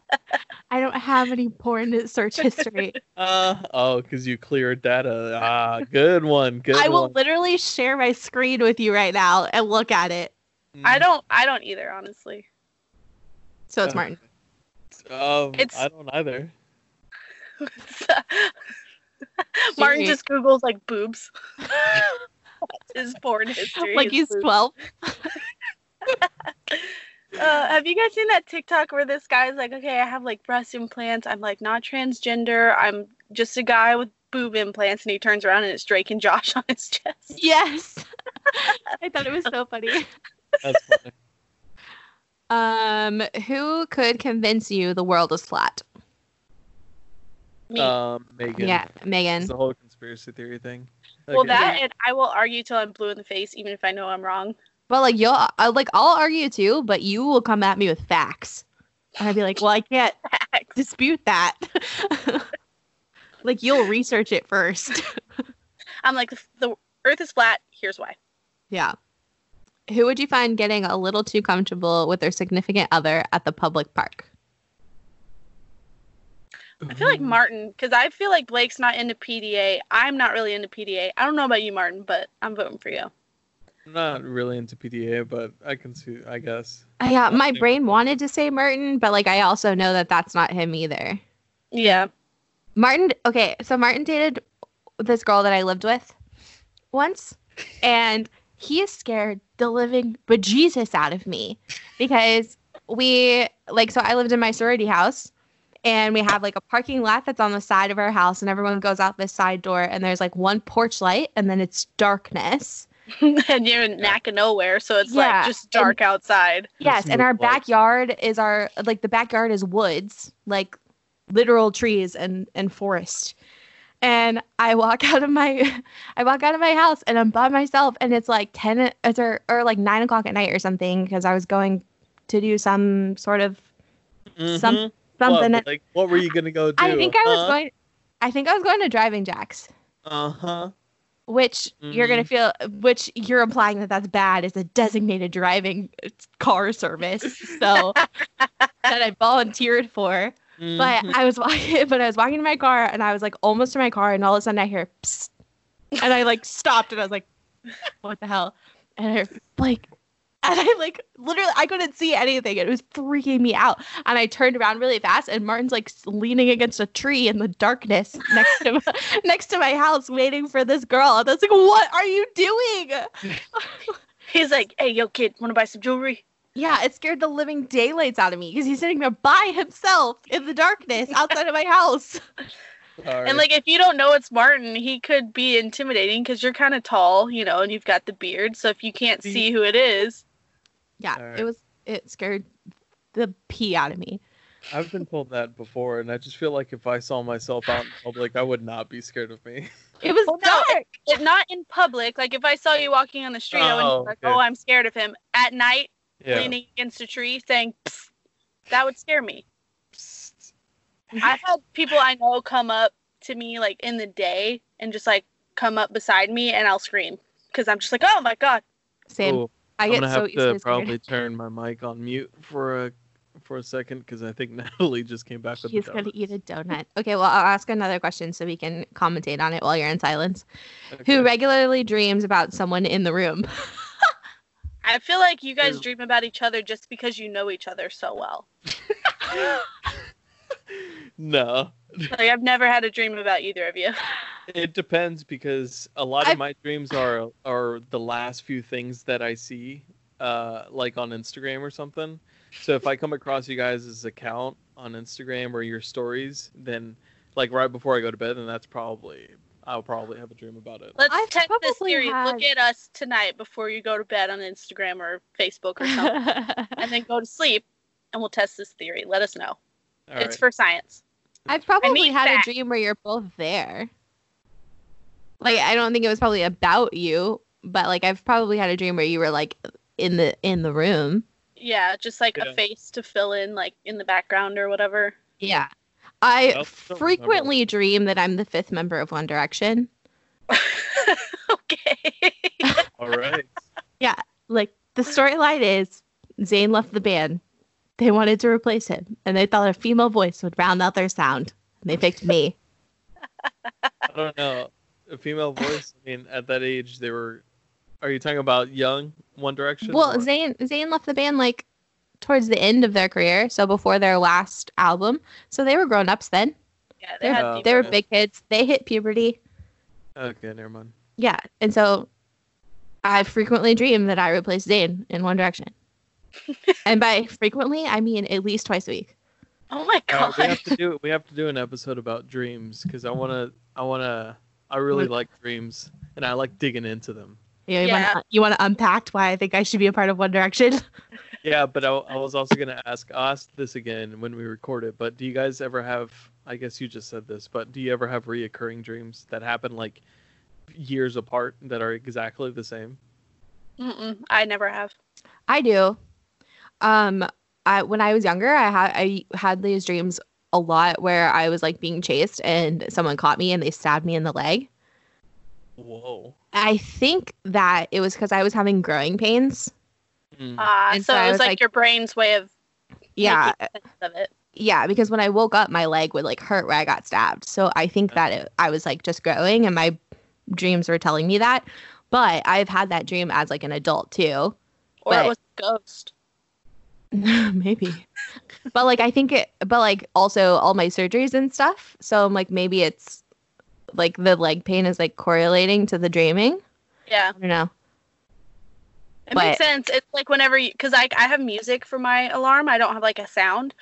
I don't have any porn search history.
Uh oh, because you cleared data. Ah, good one. Good
I will
one.
literally share my screen with you right now and look at it.
I
Mm.
don't I don't either, honestly.
So it's
Okay.
Martin.
Um,
It's-
I don't either.
Martin
Seriously.
just Googles like boobs. His porn history.
like
is
he's
boobs.
12.
Uh, have you guys seen that TikTok where this guy's like, okay, I have like breast implants. I'm like not transgender. I'm just a guy with boob implants. And he turns around and it's Drake and Josh on his chest.
Yes. I thought it was so funny.
That's funny.
Um, who could convince you the world is flat?
Me.
Um, Megan.
Yeah, Megan.
It's the whole conspiracy theory thing.
well,
Okay.
that and I will argue till I'm blue in the face, even if I know I'm wrong.
But like you'll I, like I'll argue too, but you will come at me with facts. And I'd be like, Well, I can't dispute that. like you'll research it first.
I'm like, the Earth is flat. Here's why.
yeah. Who would you find getting a little too comfortable with their significant other at the public park?
I feel
Mm-hmm.
like Martin, because I feel like Blake's not into PDA. I'm not really into PDA. I don't know about you, Martin, but I'm voting for you.
I'm not really into PDA, but I can see. I guess.
Yeah, my
Martin.
brain wanted to say Martin, but like I also know that that's not him either.
Yeah.
Martin, okay, so Martin dated this girl that I lived with once, and he scared the living bejesus out of me because we, like, so I lived in my sorority house, and we have like a parking lot that's on the side of our house, and everyone goes out this side door, and there's like one porch light, and then it's darkness.
and you're in knack of nowhere, so it's
Yeah,
like just dark outside.
Yes,
Just
and
no
our
light.
backyard is our like the backyard is woods, like literal trees and and forest. And I walk out of my I walk out of my house and I'm by myself and it's like ten it's or, or like nine o'clock at night or something because I was going to do some sort of Some-
Mhm. What,
something. that-
like, what were you gonna go do?
I think I was going I think I was going to driving jacks,
Uh huh.
which you're gonna
Mhm.
feel which you're implying that that's bad is a designated driving car service, so that I volunteered for. But
Mm-hmm.
I was walking, but I was walking to my car, and I was like almost to my car, and all of a sudden I hear, Psst, and I like stopped, and I was like, "What the hell?" And I heard, like, and I like literally I couldn't see anything. It was freaking me out, and I turned around really fast, and Martin's like s- leaning against a tree in the darkness next to my, next to my house, waiting for this girl. And I was like, "What are you doing?"
He's like, hey, yo, kid, want to buy some jewelry?
Yeah, it scared the living daylights out of me because he's sitting there by himself in the darkness outside of my house.
And like, if you don't know it's Martin, he could be intimidating because you're kind of tall, you know, and you've got the beard. So if you can't
See-
see who it is,
Yeah,
All
it
right.
was it scared the pee out of me.
I've been told that before, and I just feel like if I saw myself out in public, I would not be scared of me.
It was
Well, Oh, no,
dark.
if not in public, like if I saw you walking on the street, I wouldn't
Oh,
be like,
okay.
oh, I'm scared of him. At night,
Yeah.
leaning against a tree saying, "Psst," that would scare me.
Psst.
I've had people I know come up to me like in the day and just like come up beside me and I'll scream because I'm just like, oh my god.
Same.
Ooh,
I
I'm
get
gonna
so
have to
easily
probably
scared.
turn my mic on mute for a for a second because I think Natalie just came back with
He's
the
gonna eat a donut. Okay, well I'll ask another question so we can commentate on it while you're in silence. Who regularly dreams about someone in the room?
I feel like you guys
Ooh.
dream about each other just because you know each other so well.
No,
Like I've never had a dream about either of you.
it depends because a lot
I've-
of my dreams are are the last few things that I see, uh, like on Instagram or something. So if I come across you guys' account on Instagram or your stories, then like right before I go to bed, and that's probably I'll probably have a dream about it.
Let's
I've
test this
probably
theory.
had-
Look at us tonight before you go to bed on Instagram or Facebook or something,
I've
and then go to sleep, and we'll test this theory. Let us know.
All
it's
right.
for science.
probably
mean
had
that.
a dream where you're both there. Like I don't think it was probably about you, but like I've probably had a dream where you were like in the in the room.
Yeah, just like
Yeah.
a face to fill in, like in the background or whatever.
Yeah. I
Well, don't remember.
frequently dream that I'm the fifth member of One Direction.
okay.
All right.
Like the storyline is Zayn left the band. They wanted to replace him, and they thought a female voice would round out their sound. And they picked me.
I don't know. A female voice. I mean, at that age, they were. Are you talking about young One Direction?
well,
or-
Zayn Zayn left the band like towards the end of their career, so before their last album. So they were grown ups then.
Yeah, they
They're-
had
Oh.
people-
They were
Okay.
big kids. They hit puberty.
Okay, never mind.
Yeah, and so I frequently dream that I replace Zayn in One Direction. and by frequently, I mean at least twice a week.
Oh my
All right,
god.
we have to do. We have to do an episode about dreams because I wanna. I wanna. I really like dreams, and I like digging into them.
Yeah, you want
Yeah.
to you want to unpack why I think I should be a part of One Direction?
Yeah, but I, I was also gonna ask us this again when we record it. But do you guys ever have? I guess you just said this, but do you ever have reoccurring dreams that happen like years apart that are exactly the same?
Mm-mm, I never have.
I do. Um, I when I was younger, I had I had these dreams a lot where I was like being chased and someone caught me and they stabbed me in the leg.
Whoa.
I think that it was because I was having growing pains.
Mm.
Ah,
And
so,
so I
it was,
was
like,
like- uh,
your brain's way of
Yeah,
making sense of it.
yeah. Because when I woke up, my leg would like hurt where I got stabbed. So I think that it, I was like just growing, and my dreams were telling me that. But I've had that dream as like an adult too.
Or
But-
it was a ghost.
maybe but like i think it but like also all my surgeries and stuff so i'm like maybe it's like the leg pain is like correlating to the dreaming
Yeah.
i don't know
It
But-
makes sense. It's like whenever you, because I, I have music for my alarm, I don't have like a sound.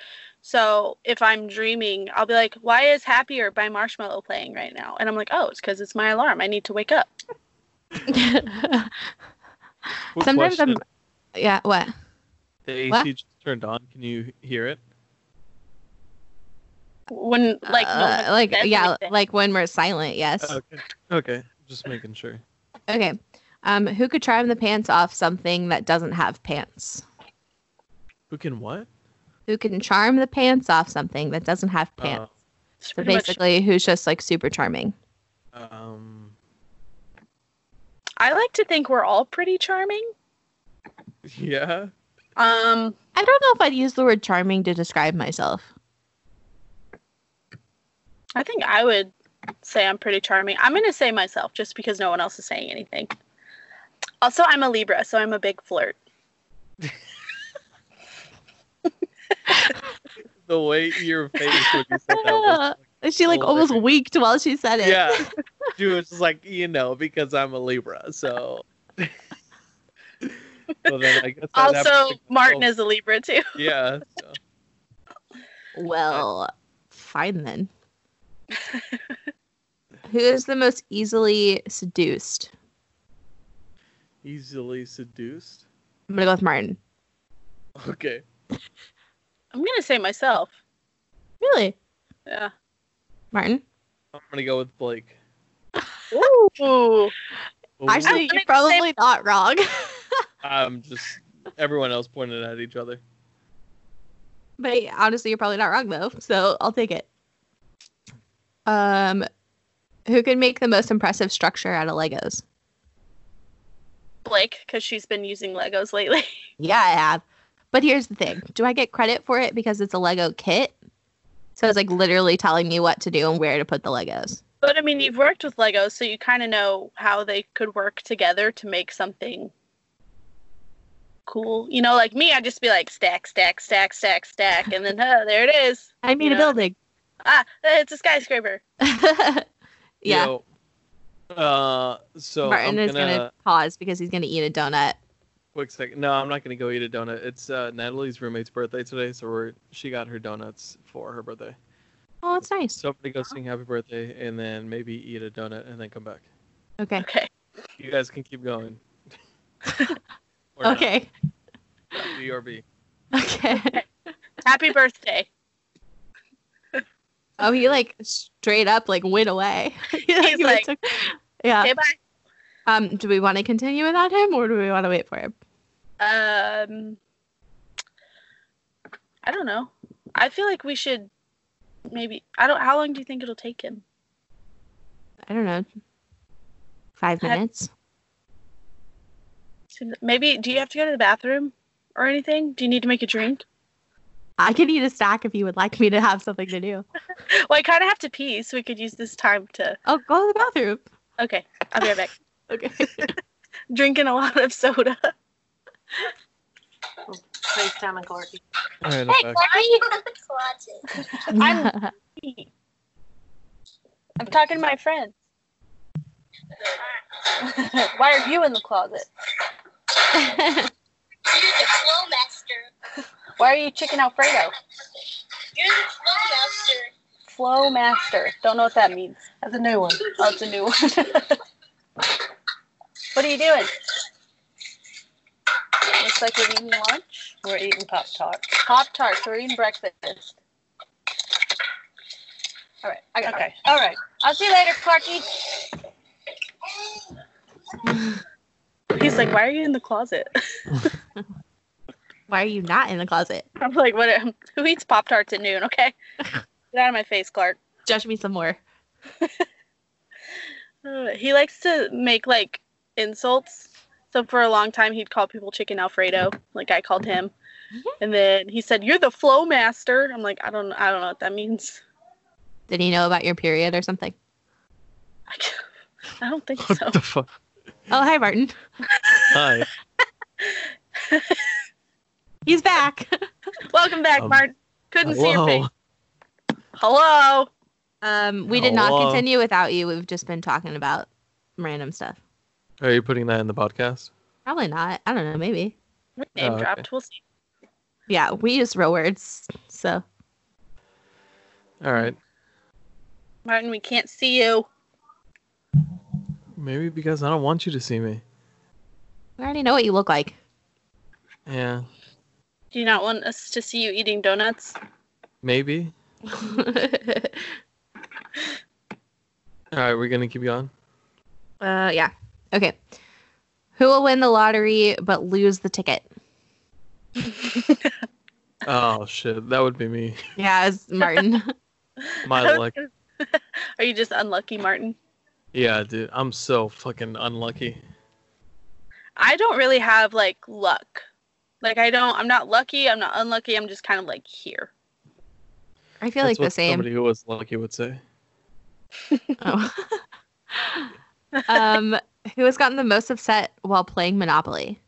So if I'm dreaming, I'll be like, why is Happier by Marshmallow playing right now? And I'm like, oh, it's because it's my alarm. I need to wake up.
Quick
sometimes
question.
i'm yeah what
the AC
what?
just turned on. Can you hear it?
When, like, no
Uh,
one
like
says
yeah
anything.
like when we're silent yes
Okay. Okay. Just making sure.
okay um who could try the pants off something that doesn't have pants
Who can what?
who can charm the pants off something that doesn't have
Uh,
pants
It's
so
pretty much-
basically who's just like super charming
Um.
I like to think we're all pretty charming.
Yeah.
Um,
I don't know if I'd use the word charming to describe myself.
I think I would say I'm pretty charming. I'm going to say myself just because no one else is saying anything. Also, I'm a Libra, so I'm a big flirt.
The way your face when you said that was.
she like almost
hilarious.
weaked while she said it.
Yeah. She was just like, you know, because I'm a Libra, so. well then, I guess. that
Also,
happens to
Martin
myself.
is a Libra too.
Yeah. so.
Well, fine then. Who is the most easily seduced?
Easily seduced.
I'm gonna go with Martin.
Okay.
I'm gonna say myself.
Really,
Yeah.
Martin?
I'm gonna go with Blake.
Ooh.
Ooh,
Actually,
I
you're
mean,
probably not wrong.
I'm just everyone else pointed at each other.
but honestly, you're probably not wrong though. So I'll take it. Um, who can make the most impressive structure out of Legos?
Blake, because she's been using Legos lately.
Yeah, I have. But here's the thing: Do I get credit for it because it's a Lego kit? So it's like literally telling me what to do and where to put the Legos.
but I mean, you've worked with Legos, so you kind of know how they could work together to make something cool. You know, like me, I'd just be like stack, stack, stack, stack, stack, and then huh, there it is.
I made
Yeah.
a building.
Ah, it's a skyscraper.
yeah,
Yo, uh, so
Martin
I'm
is gonna...
gonna
pause because he's gonna eat a donut.
Quick second. No, I'm not gonna go eat a donut. It's uh, Natalie's roommate's birthday today, so we're she got her donuts for her birthday.
Oh, that's nice.
So I'm gonna go sing happy birthday and then maybe eat a donut and then come back.
Okay.
Okay.
You guys can keep going. Or not.
Okay.
BRB.
Okay.
Happy birthday.
Oh, he like straight up like went away. He,
He's
he
like-
took- yeah.
Okay, bye.
Um, do we want to continue without him or do we want to wait for him?
Um, I don't know. I feel like we should maybe. I don't. How long do you think it'll take him?
I don't know. Five
I-
minutes.
Maybe. Do you have to go to the bathroom or anything? Do you need to make a drink?
I could eat a stack if you would like me to have something to do.
Well, I kind of have to pee, so we could use this time to.
Oh, go to the bathroom.
Okay, I'll be right back.
Okay.
Drinking a lot of soda.
Praise Tom and Corky.
All right, I'm
Hey,
back.
why are you in the closet?
I'm
I'm talking to my friends. Why are you in the closet?
You're the flow master.
Why are you chicken Alfredo?
You're the flow master.
Flow master. Don't know what that means.
That's a new one.
Oh, it's a new one. what are you doing? looks like we're eating lunch.
We're eating Pop Tart.
Pop Tarts. We're eating breakfast. All right. I got
Okay. All right.
I'll see you later, Clarky. He's like, why are you in the closet?
Why are you not in the closet?
I'm like, what? Who eats Pop Tarts at noon? Okay. Get out of my face, Clark.
Judge me some more.
Uh, he likes to make like insults. So for a long time, he'd call people chicken Alfredo, like I called him. And then he said, "You're the flow master." I'm like, I don't, I don't know what that means.
Did he know about your period or something?
I can't- I don't think
What
so.
the fuck?
Oh, hi, Martin.
Hi.
He's back.
Welcome back,
Um,
Martin. Couldn't see your
Whoa.
face. Hello.
Um, we did not
Hello.
continue without you. We've just been talking about random stuff.
Are you putting that in the podcast?
Probably not. I don't know. Maybe.
Name
Oh, okay.
dropped. We'll see.
Yeah, we use real words. So
All right.
Martin, we can't see you.
Maybe because I don't want you to see me.
we already know what you look like.
Yeah.
Do you not want us to see you eating donuts?
Maybe.
uh,
All right. We're gonna keep going.
Uh, yeah. Okay. Who will win the lottery but lose the ticket?
Oh shit. That would be me.
Yeah, it's Martin.
My luck.
Are you just unlucky, Martin?
Yeah, dude. I'm so fucking unlucky.
I don't really have like luck. Like I don't. I'm not lucky. I'm not unlucky. I'm just kind of like here.
I feel
That's
like the
what
same.
Somebody who was lucky would say.
Oh. um, who has gotten the most upset while playing Monopoly?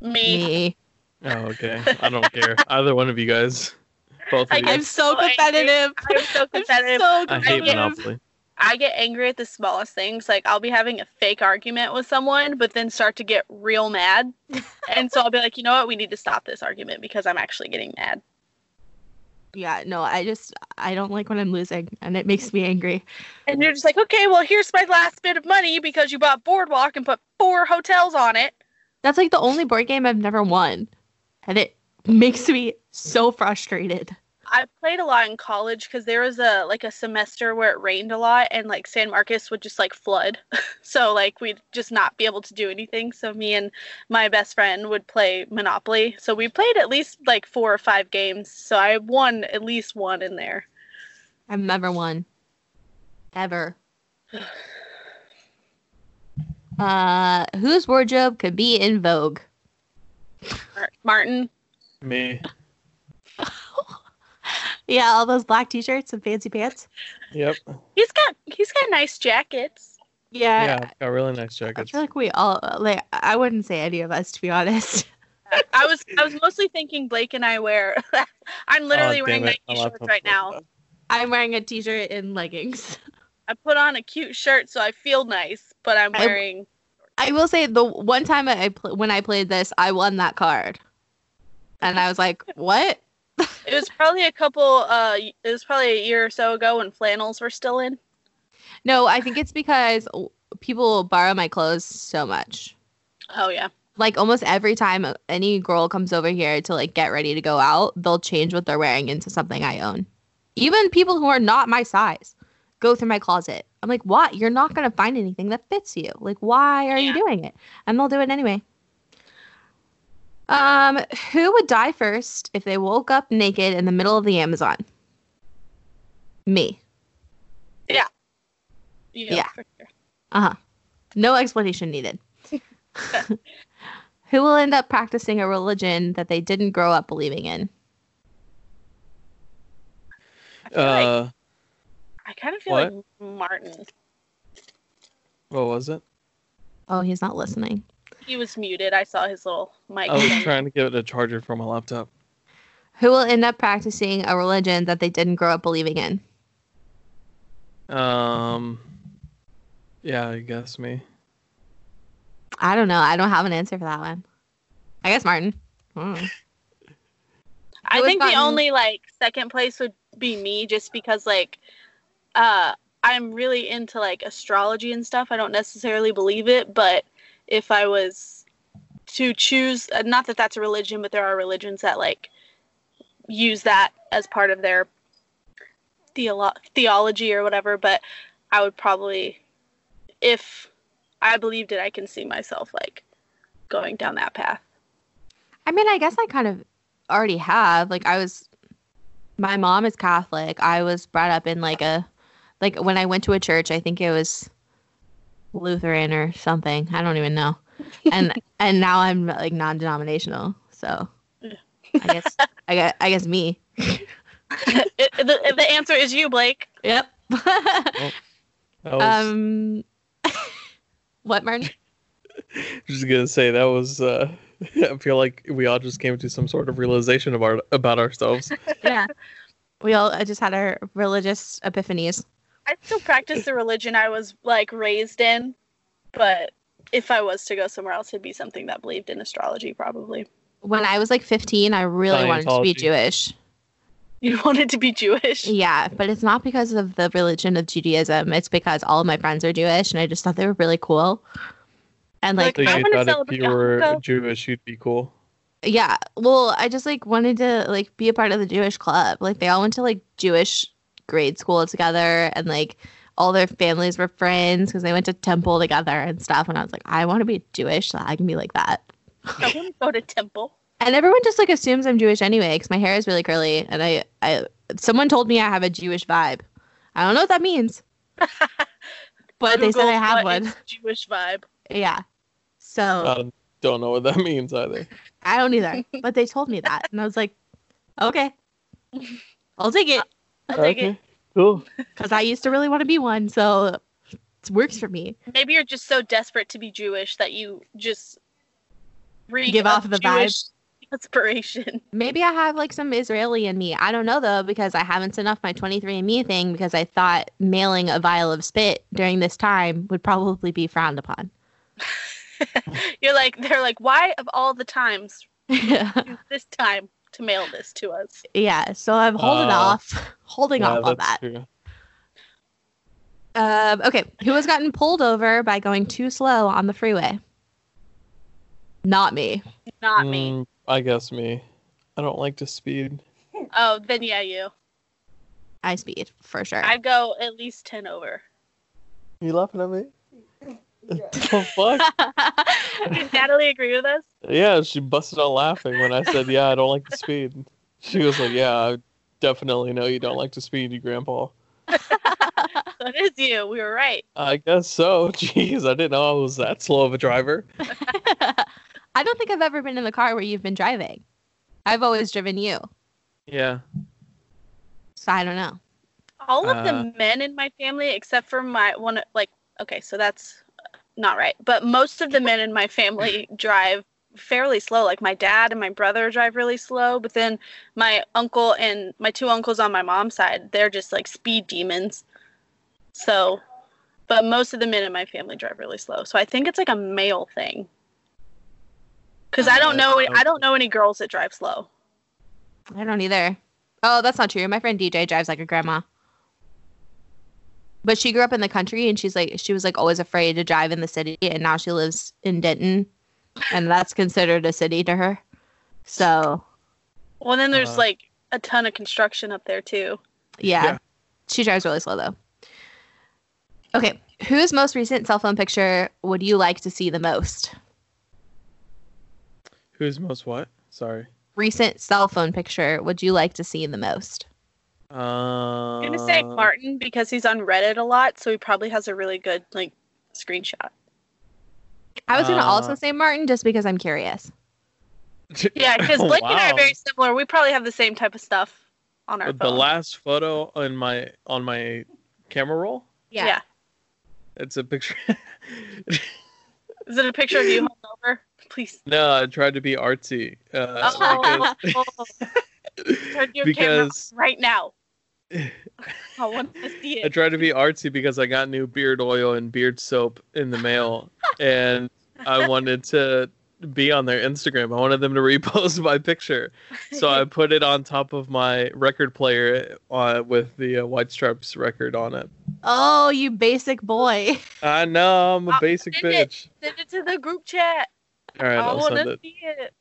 Me.
Me.
Oh, okay. I don't care. Either one of you guys. Both
I
of you.
I'm
I'm
so
so angry.
competitive.
I'm so
I'm
competitive.
so
I
competitive.
hate Monopoly.
I get angry at the smallest things. Like I'll be having a fake argument with someone, but then start to get real mad. and so I'll be like, you know what? We need to stop this argument because I'm actually getting mad.
Yeah, no, I just I don't like when I'm losing, and it makes me angry.
Mm.
And you're just like, okay, well, here's my last bit of money because you bought Boardwalk and put four hotels on it.
That's like the only board game I've never won, and it makes me so frustrated.
I played a lot in college because there was a like a semester where it rained a lot and like San Marcos would just like flood. so like we'd just not be able to do anything. So me and my best friend would play Monopoly. So we played at least like four or five games. So I won at least one in there.
I've never won, ever. Uh, whose wardrobe could be in vogue?
Mar- Martin,
Me.
Yeah, all those black t-shirts and fancy pants.
Yep.
he's got he's got nice jackets.
Yeah,
Yeah. I've Got really nice
I
jackets.
feel like we all like. I wouldn't say any of us, to be honest.
I was I was mostly thinking Blake and I wear. I'm literally
Oh,
wearing
damn it.
Nike
My
shorts
laptop's
right
like
now.
that.
I'm wearing a t-shirt and leggings.
I put on a cute shirt so I feel nice, but I'm
I-
wearing.
I will say the one time I pl- when I played this, I won that card, and I was like, "What?"
It was probably a couple. Uh, it was probably a year or so ago when flannels were still in.
No, I think it's because people borrow my clothes so much.
Oh yeah.
Like almost every time any girl comes over here to like get ready to go out, they'll change what they're wearing into something I own. Even people who are not my size go through my closet. I'm like, "What? You're not gonna find anything that fits you. Like, why are you
Yeah.
doing it?" And they'll do it anyway. Um, who would die first if they woke up naked in the middle of the Amazon? Me. Yeah.
for sure.
Uh huh. No explanation needed. Who will end up practicing a religion that they didn't grow up believing in?
I, feel like,
Uh,
I kind of feel
what?
like Martin.
what was it?
Oh, he's not listening.
He was muted. I saw his little mic.
I was
thing.
trying to get a charger for my laptop.
Who will end up practicing a religion that they didn't grow up believing in?
Um. Yeah, I guess me.
I don't know. I don't have an answer for that one. I guess Martin. Hmm. I don't know.
I
Who has
think the
gotten-
only like second place would be me, just because like, uh, I'm really into like astrology and stuff. I don't necessarily believe it, but if I was to choose uh, not that that's a religion but there are religions that like use that as part of their theolo- theology or whatever but i would probably if i believed it i can see myself like going down that path
I mean, I guess I kind of already have. Like, I was, my mom is Catholic. I was brought up in like a, like when I went to a church, I think it was Lutheran or something. I don't even know. And and now I'm like non-denominational. So I guess I guess, I guess me.
It- the, the answer is you blake
Yep.
That was,
um. what, Martin?
just gonna say that was. Uh, I feel like we all just came to some sort of realization about about ourselves.
Yeah. We all uh, just had our religious epiphanies.
i still practice the religion i was like raised in but if i was to go somewhere else it'd be something that believed in astrology probably
When I was like 15, I really wanted to be
Scientology.
Jewish.
you wanted to be jewish
Yeah, but it's not because of the religion of Judaism. It's because all of my friends are Jewish, and I just thought they were really cool. And like,
So
I
you
wanna
thought if
celebrate
you were
Hanukkah.
Jewish, you'd be cool.
yeah, well, I just like wanted to like be a part of the Jewish club. Like they all went to like Jewish grade school together, and like all their families were friends because they went to temple together and stuff. And I was like, I want to be Jewish so I can be like that.
i wouldn't go to temple
And everyone just like assumes I'm Jewish anyway because my hair is really curly, and I, I, someone told me I have a Jewish vibe. I don't know what that means, but they said
Google
I have
what
one.
is Jewish vibe.
Yeah. So
Oh.
I don't know what that means either.
I don't either, but they told me that, and I was like, okay, I'll take it
I'll take it.
cool.
because I used to really want to be one, so it works for me.
Maybe you're just so desperate to be Jewish that you just read
Give off the vibe.
inspiration.
Maybe I have like some Israeli in me. I don't know though because I haven't sent off my 23andMe thing because I thought mailing a vial of spit during this time would probably be frowned upon.
You're like they're like, why of all the times choose this time to mail this to us?
yeah, so I'm holding
Oh.
off, holding off on that. Um, okay, who has gotten pulled over by going too slow on the freeway? Not me.
Not me.
Mm, I guess me. I don't like to speed.
Oh, then yeah, you.
I speed for sure.
I'd go at least ten over.
You laughing at me? the fuck?
Did Natalie agree with us?
Yeah, she busted out laughing when I said, "Yeah, I don't like to speed." She was like, "Yeah, I definitely know you don't like to speed, you grandpa."
So it is you. We were right.
I guess so. Jeez, I didn't know I was that slow of a driver.
I don't think I've ever been in the car where you've been driving. I've always driven you,
Yeah.
so I don't know.
all of
Uh,
the men in my family except for my one like okay so that's not right but most of the men in my family drive fairly slow like my dad and my brother drive really slow but then my uncle and my two uncles on my mom's side they're just like speed demons so but most of the men in my family drive really slow so i think it's like a male thing because i don't know i don't know any girls that drive slow
I don't either. Oh, that's not true. My friend DJ drives like a grandma. But she grew up in the country and she's like she was like always afraid to drive in the city and now she lives in Denton and that's considered a city to her. So,
well then there's
Uh,
like a ton of construction up there too
yeah.
Yeah.
She drives really slow though. Okay, whose most recent cell phone picture would you like to see the most?
Who's most what? Sorry.
Recent cell phone picture would you like to see the most?
Um,
I'm gonna
Uh-huh.
say Martin because he's on Reddit a lot, so he probably has a really good like screenshot.
I was going to
Uh,
also say Martin just because I'm curious.
Yeah, because Blake and I are
Oh, Wow.
very similar. We probably have the same type of stuff on our
the
phone.
last photo on my on my camera roll.
yeah.
It's a picture.
Is it a picture of you hungover? Please.
no, I tried to be artsy. Uh,
Oh,
because-
turn your camera on
because
right now. I want to see
I
it.
tried to be artsy because I got new beard oil and beard soap in the mail, and I wanted to be on their Instagram. I wanted them to repost my picture, so I put it on top of my record player uh, with the uh, White Stripes record on it.
Oh, you basic boy.
I know I'm a
Uh,
basic
send it.
bitch.
Send Um, it to the group chat.
All right,
I
I'll
want
send
to
it.
see it.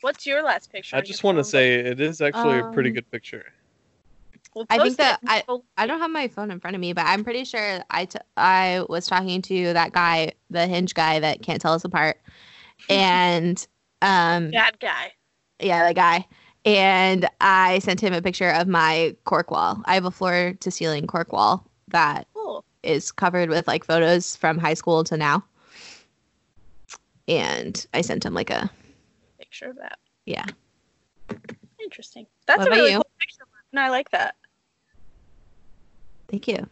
What's your last picture?
I
on
just
your
want to
phone?
say it is actually a pretty
Um,
good picture.
We'll
I think
post it.
that I don't have my phone in front of me, but I'm pretty sure I, t- I was talking to that guy, the hinge guy that can't tell us apart. And um
bad guy.
yeah, that guy. And I sent him a picture of my cork wall. I have a floor to ceiling cork wall that
Cool.
is covered with like photos from high school to now. And I sent him like a
Picture of that.
yeah.
Interesting. That's
What
a
about
really
you?
cool picture. And I like that.
Thank you.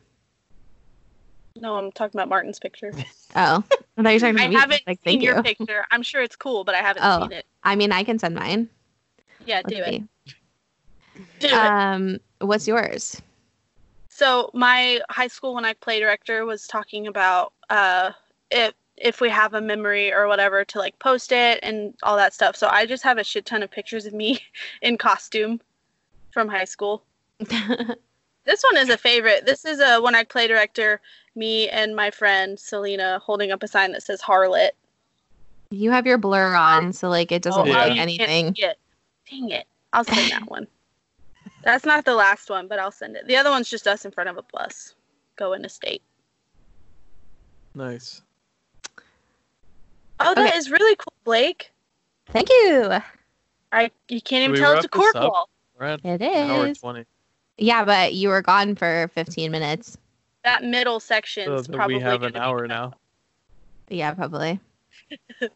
No, I'm talking about Martin's picture.
Oh, I thought you were talking
I
to me.
haven't
like,
seen
thank
your
you.
picture. I'm sure it's cool, but I haven't
Oh.
seen it.
I mean, I can send mine.
Yeah,
Let's
do it.
see.
Do it.
Um, what's yours?
So my high school when I play director was talking about uh, if if we have a memory or whatever to like post it and all that stuff. So I just have a shit ton of pictures of me in costume from high school. This one is a favorite. This is a when I play director, me and my friend Selena holding up a sign that says harlot.
you have your blur on, so like it doesn't
Oh,
look
wow,
like
you can't
anything.
see it. Dang it. I'll send that one. That's not the last one, but I'll send it. The other one's just us in front of a bus going to state.
Nice.
Oh, that is
Okay.
really cool, Blake.
Thank you.
I you can't
Should
even
we
tell
wrap
it's a
this
cork
up?
wall.
We're at
It
an hour
is.
twenty.
Yeah, but you were gone for 15 minutes.
That middle section
So
is
that
probably.
we have
gonna
an
be-
hour now.
Yeah, probably.
All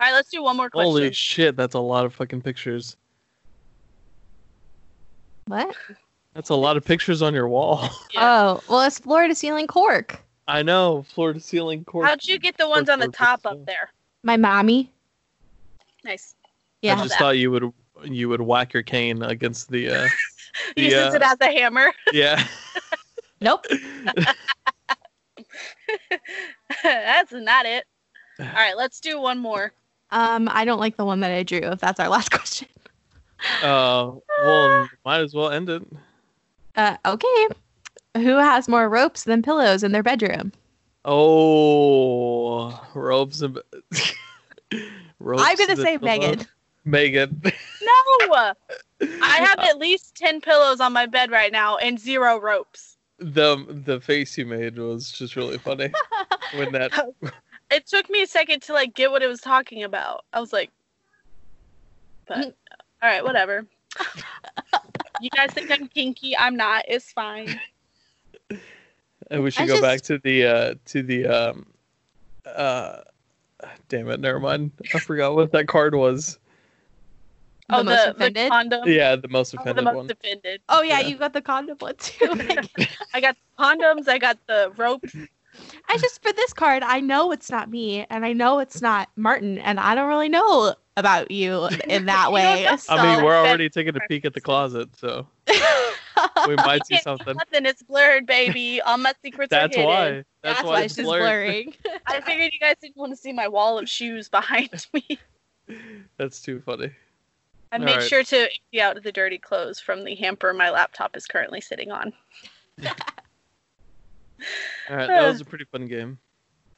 right, let's do one more question.
Holy shit, that's a lot of fucking pictures.
What?
That's a lot of pictures on your wall.
Yeah.
Oh, well, it's floor to ceiling cork.
I know, floor to ceiling cork.
How'd you get the ones
cork
on the
wall
top
pictures,
up
yeah.
there?
My mommy.
Nice.
Yeah.
I just thought you would you would whack your cane against the uh
You
the,
use it
uh,
as a hammer.
yeah.
Nope.
That's not it. All right, let's do one more.
Um, I don't like the one that I drew. If that's our last question.
Uh well might as well end it.
Uh, okay. Who has more ropes than pillows in their bedroom?
Oh robes and ropes
I'm gonna
that-
say Megan.
Megan.
No, I have at least ten pillows on my bed right now and zero ropes.
the the face you made was just really funny when that
It took me a second to like get what it was talking about. I was like, but all right, whatever. you guys think I'm kinky? I'm not. It's fine.
and uh, we should
I
go
just-
back to the uh to the um uh damn it never mind i forgot what that card was
The
oh,
most
the, the
offended?
condom.
yeah the most
Oh, the
offended
most
one
offended.
oh yeah,
Yeah.
you got the condom one too. Megan.
I got the condoms. I got the rope.
I just for this card, I know it's not me, and I know it's not Martin, and I don't really know about you in that
You don't
way.
know.
So,
i mean we're
solid.
already taking a peek at the closet so we might see
Can't see
something
Nothing. It's blurred, baby. All my secrets
that's
are hidden.
why that's,
that's
why,
why
it's
she's
blurred.
blurring.
I figured you guys didn't want to see my wall of shoes behind me.
that's too funny
I
All
made
right.
sure to empty out the dirty clothes from the hamper my laptop is currently sitting on.
all right that was a pretty fun game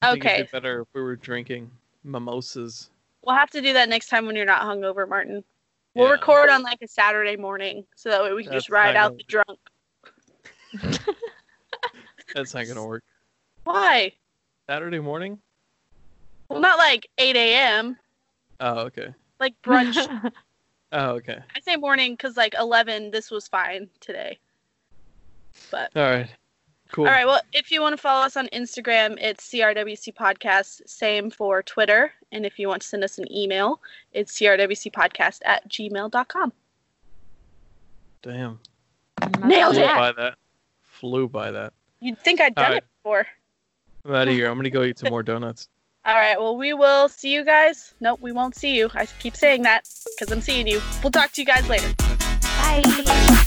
I think it'd
Okay.
be better if we were drinking mimosas
We'll have to do that next time when you're not hungover, Martin. We'll
Yeah.
record on like a Saturday morning so that way we can
That's
just ride
not
out
gonna
the drunk.
that's not gonna work
Why?
saturday morning
Well, not like 8 a.m.,
oh okay
like brunch.
oh okay
I say morning because like 11, this was fine today. But
all right cool
All right. Well, if you want to follow us on Instagram, it's CRWC Podcast. Same for Twitter. And if you want to send us an email, it's crwcpodcast at gmail.com.
damn
Nailed
flew
it.
by that flew by that
You'd think I'd done
All right.
it before.
I'm out of here. I'm gonna go eat some more donuts.
All right. Well, we will see you guys. Nope, we won't see you. I keep saying that because I'm seeing you. We'll talk to you guys later.
Bye.